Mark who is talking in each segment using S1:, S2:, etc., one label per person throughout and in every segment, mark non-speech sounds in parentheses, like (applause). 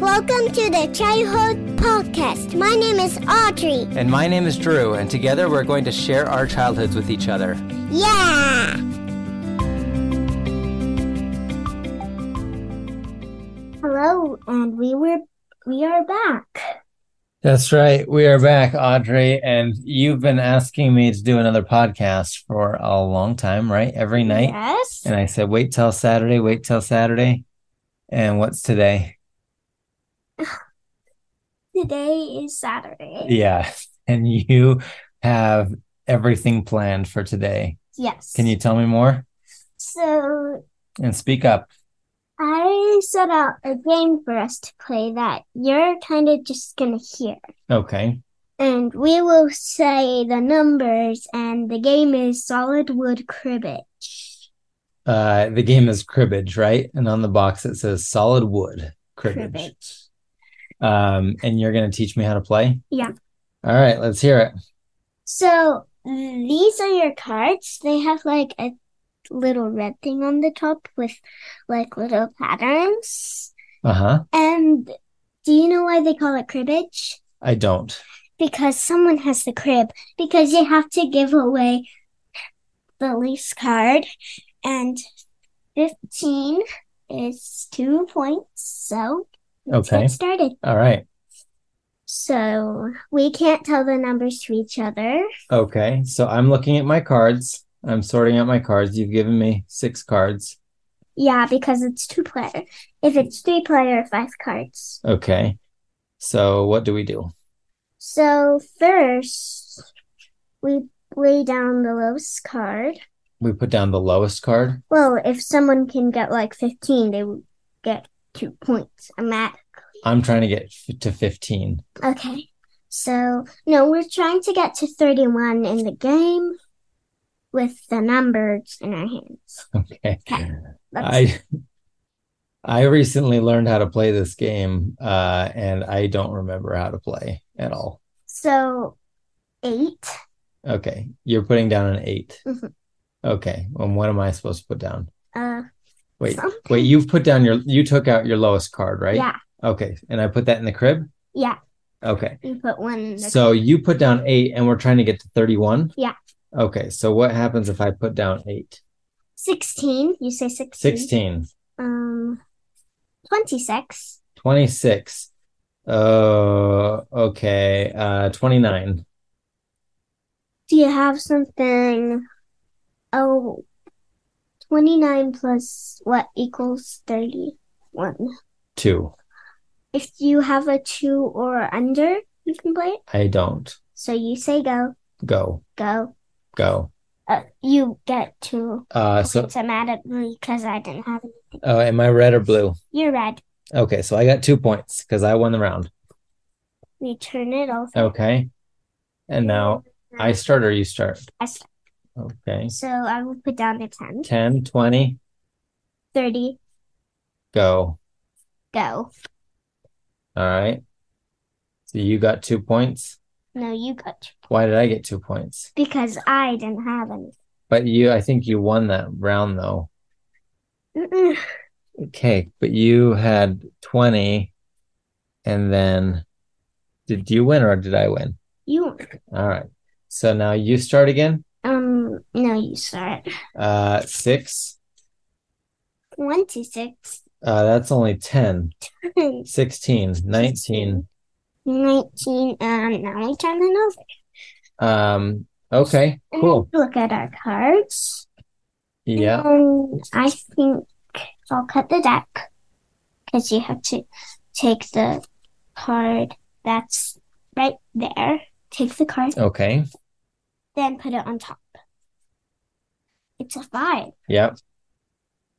S1: Welcome to the Childhood Podcast. My name is Audrey.
S2: And my name is Drew, and together we're going to share our childhoods with each other.
S1: Yeah! Hello, and we were we are back.
S2: That's right. We are back, Audrey, and you've been asking me to do another podcast for a long time, right? Every night.
S1: Yes.
S2: And I said, wait till Saturday, wait till Saturday. And what's today?
S1: Today is Saturday.
S2: Yeah. (laughs) And you have everything planned for today.
S1: Yes.
S2: Can you tell me more?
S1: So
S2: And speak up.
S1: I set out a game for us to play that you're kind of just gonna hear.
S2: Okay.
S1: And we will say the numbers, and the game is solid wood cribbage.
S2: Uh, the game is cribbage, right? And on the box it says solid wood cribbage.
S1: Cribbage.
S2: Um, and you're going to teach me how to play?
S1: Yeah.
S2: All right, let's hear it.
S1: So these are your cards. They have like a little red thing on the top with like little patterns.
S2: Uh huh.
S1: And do you know why they call it cribbage?
S2: I don't.
S1: Because someone has the crib. Because you have to give away the least card. And 15 is two points. So let's
S2: Okay.
S1: get started.
S2: All right.
S1: So we can't tell the numbers to each other.
S2: Okay. So I'm looking at my cards. I'm sorting out my cards. You've given me six cards.
S1: Yeah, because it's two player. If it's three player, five cards.
S2: Okay. So what do we do?
S1: So first, we lay down the lowest card.
S2: We put down the lowest card.
S1: Well, if someone can get like 15, they will get two points. I'm at.
S2: I'm trying to get f- to 15.
S1: Okay. So, no, we're trying to get to 31 in the game with the numbers in our hands.
S2: (laughs) Okay.
S1: Okay. That's-
S2: I I recently learned how to play this game uh and I don't remember how to play at all.
S1: so, eight.
S2: Okay. You're putting down an 8.
S1: Mhm.
S2: Okay. And what am I supposed to put down?
S1: Uh,
S2: Wait.
S1: something-
S2: Wait, you've put down your you took out your lowest card, right?
S1: Yeah,
S2: Okay. And I put that in the crib?
S1: yeah.
S2: Okay.
S1: You put one in the
S2: So you put down eight and we're trying to get to 31?
S1: Yeah.
S2: Okay. So what happens if I put down eight?
S1: 16. You say 16.
S2: 16,
S1: Um, 26.
S2: 26. Oh, okay. Uh, 29.
S1: Do you have something? Oh, 29 plus what equals 31?
S2: Two.
S1: If you have a 2 or under, you can play it.
S2: I don't.
S1: So you say go,
S2: Go,
S1: go.
S2: go.
S1: Uh, you get 2
S2: Uh, so,
S1: points. I'm at it because I didn't have it.
S2: oh, am I red or blue?
S1: You're red.
S2: Okay. So I got two points because I won the round.
S1: We turn it over.
S2: Okay. And now I start or you start?
S1: I start.
S2: Okay.
S1: So I will put down the 10.
S2: 10, 20,
S1: 30,
S2: go.
S1: go.
S2: All right. So you got two points.
S1: No, you got 2.
S2: Why did I get two points?
S1: Because I didn't have any.
S2: But you, I think you won that round though.
S1: Mm-mm.
S2: Okay, but you had 20 and then did you win or did I win?
S1: You
S2: All right. So now you start again.
S1: um no you start
S2: Uh 6.
S1: twenty six (laughs)
S2: Uh that's only 10, 16, 19.
S1: nineteen nineteen and now we turn it over.
S2: Um okay,
S1: And
S2: cool.
S1: Look at our cards.
S2: Yeah.
S1: And I think I'll cut the deck because you have to take the card that's right there. Take the card,
S2: Okay.
S1: then put it on top. It's a five.
S2: Yep.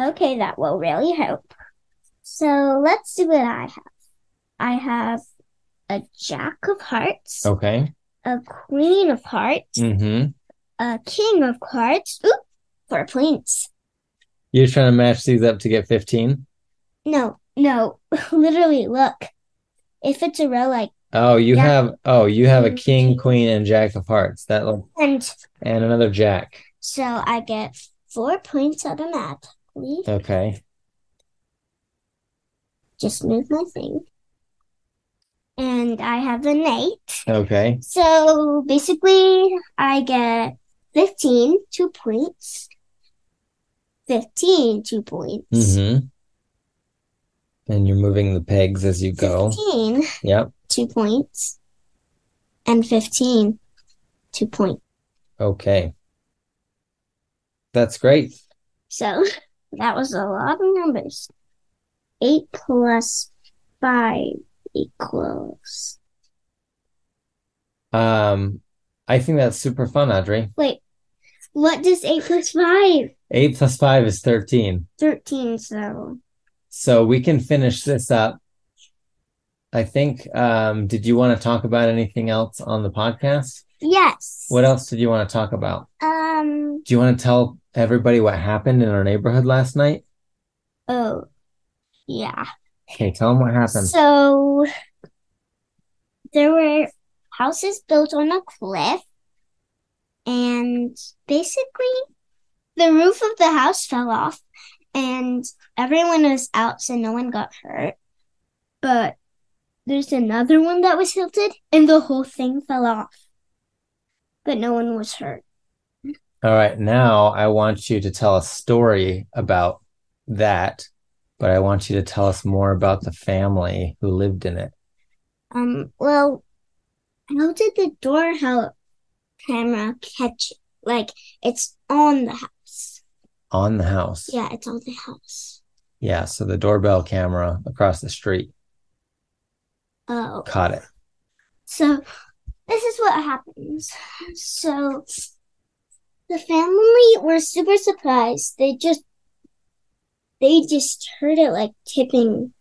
S1: Okay, that will really help. So let's see what I have. I have a Jack of Hearts,
S2: Okay.
S1: a Queen of Hearts,
S2: Mhm.
S1: a King of Hearts. Oop, four points.
S2: You're trying to match these up to get 15?
S1: No, no, (laughs) literally, look. If it's a row like
S2: Oh, you
S1: Yeah.
S2: have oh, you have a
S1: Mm,
S2: king,
S1: king.
S2: queen and jack of hearts. That look
S1: and
S2: and another jack.
S1: so I get four points automatically.
S2: Okay.
S1: Just move my thing. and I have an eight.
S2: Okay.
S1: So basically, I get 15, two points. 15, two points.
S2: Mm-hmm. And you're moving the pegs as you go.
S1: 15,
S2: Yep.
S1: two points. And 15, two points.
S2: Okay. That's great.
S1: So (laughs) that was a lot of numbers. 8 plus 5 equals.
S2: Um, I think that's super fun, Audrey.
S1: Wait, what does 8 plus 5?
S2: Eight plus five is 13.
S1: 13, so.
S2: So we can finish this up. I think, um, did you want to talk about anything else on the podcast?
S1: Yes.
S2: What else did you want to talk about?
S1: Um,
S2: Do you want to tell everybody what happened in our neighborhood last night?
S1: oh, yeah.
S2: Okay, tell them what happened.
S1: So there were houses built on a cliff, and basically the roof of the house fell off, and everyone was out, so no one got hurt. But there's another one that was tilted, and the whole thing fell off, but no one was hurt.
S2: All right, now I want you to tell a story about that, but I want you to tell us more about the family who lived in it.
S1: Um, well, how did the door help camera catch it? Like, it's on the house.
S2: On the house.
S1: Yeah, it's on the house.
S2: Yeah, so the doorbell camera across the street
S1: Oh,
S2: caught it.
S1: so this is what happens. So the family were super surprised. They just they just heard it like tipping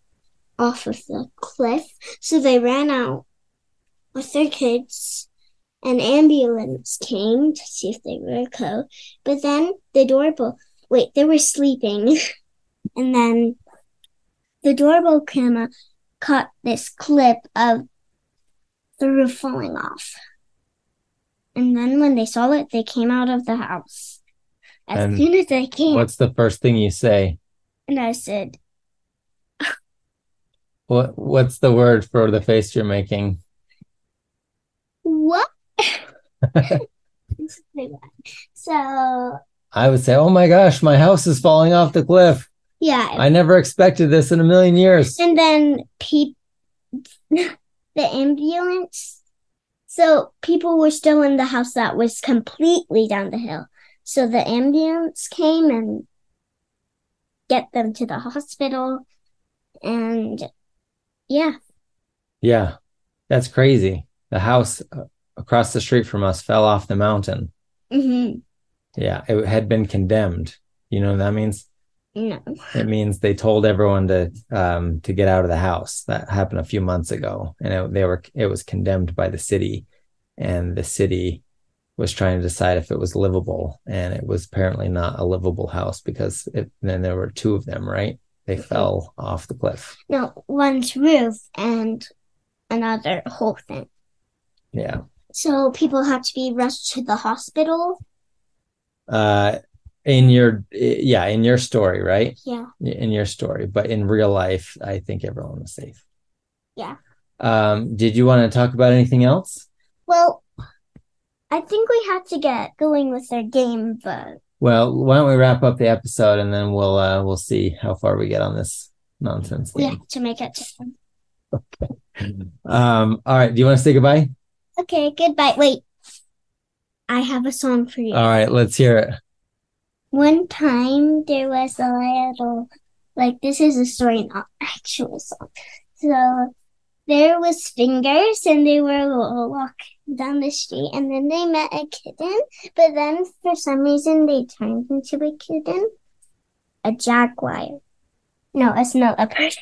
S1: off of the cliff. So they ran out with their kids. An ambulance came to see if they were okay. But then the doorbell wait, they were sleeping. (laughs) and then the doorbell camera caught this clip of the roof falling off. And then when they saw it, they came out of the house. As
S2: And
S1: soon as they came,
S2: What's the first thing you say?
S1: and I said,
S2: What what's the word for the face you're making?
S1: What? so,
S2: I would say, "Oh my gosh, my house is falling off the cliff.
S1: yeah.
S2: I never expected this in a million years."
S1: And then peop- (laughs) the ambulance. So, people were still in the house that was completely down the hill. So, the ambulance came and get them to the hospital. And yeah,
S2: Yeah. That's crazy. The house uh, across the street from us fell off the mountain.
S1: hmm
S2: Yeah, it had been condemned. You know what that means?
S1: no.
S2: It means they told everyone to um to get out of the house. That happened a few months ago, and it, they were it was condemned by the city, and the city was trying to decide if it was livable, and it was apparently not a livable house because it, then there were two of them, right? They fell off the cliff.
S1: No, one's roof and another whole thing.
S2: Yeah.
S1: So people have to be rushed to the hospital.
S2: Uh, in your yeah, in your story, right?
S1: Yeah.
S2: in your story, but in real life, I think everyone was safe.
S1: Yeah.
S2: Um, did you want to talk about anything else?
S1: Well, I think we have to get going with our game, but
S2: Well, why don't we wrap up the episode and then we'll uh, we'll see how far we get on this nonsense
S1: we
S2: thing.
S1: have to make it. to-
S2: Um, all right, do you want to say goodbye?
S1: Okay, goodbye. Wait, I have a song for you.
S2: All right, let's hear it.
S1: One time there was a little, like this is a story, not actual song. So there was fingers and they were walking down the street and then they met a kitten, but then for some reason they turned into a kitten, a jaguar. No, a snow leopard.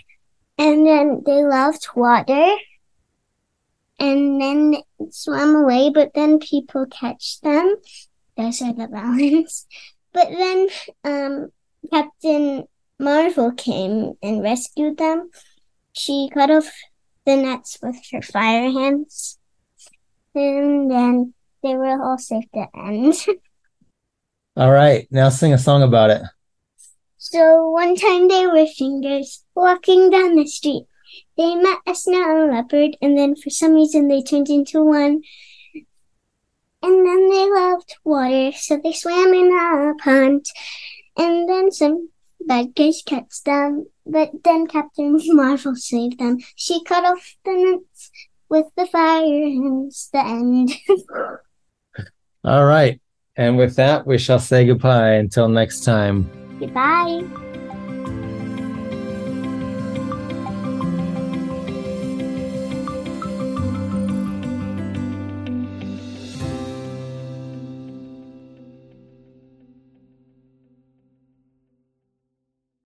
S1: And then they loved water and then they swam away, but then people catch them. Those are the (laughs) balance. But then um, Captain Marvel came and rescued them. She cut off the nets with her fire hands. And then they were all safe to end.
S2: All right, now sing a song about it.
S1: So one time they were fingers walking down the street. They met a snail and a leopard, and then for some reason they turned into one. And then they loved water, so they swam in a pond. And then some bad guys catch them, but then Captain (laughs) Marvel saved them. She cut off the nets with the fire, and it's the end.
S2: All right. And with that, we shall say goodbye until next time.
S1: Goodbye.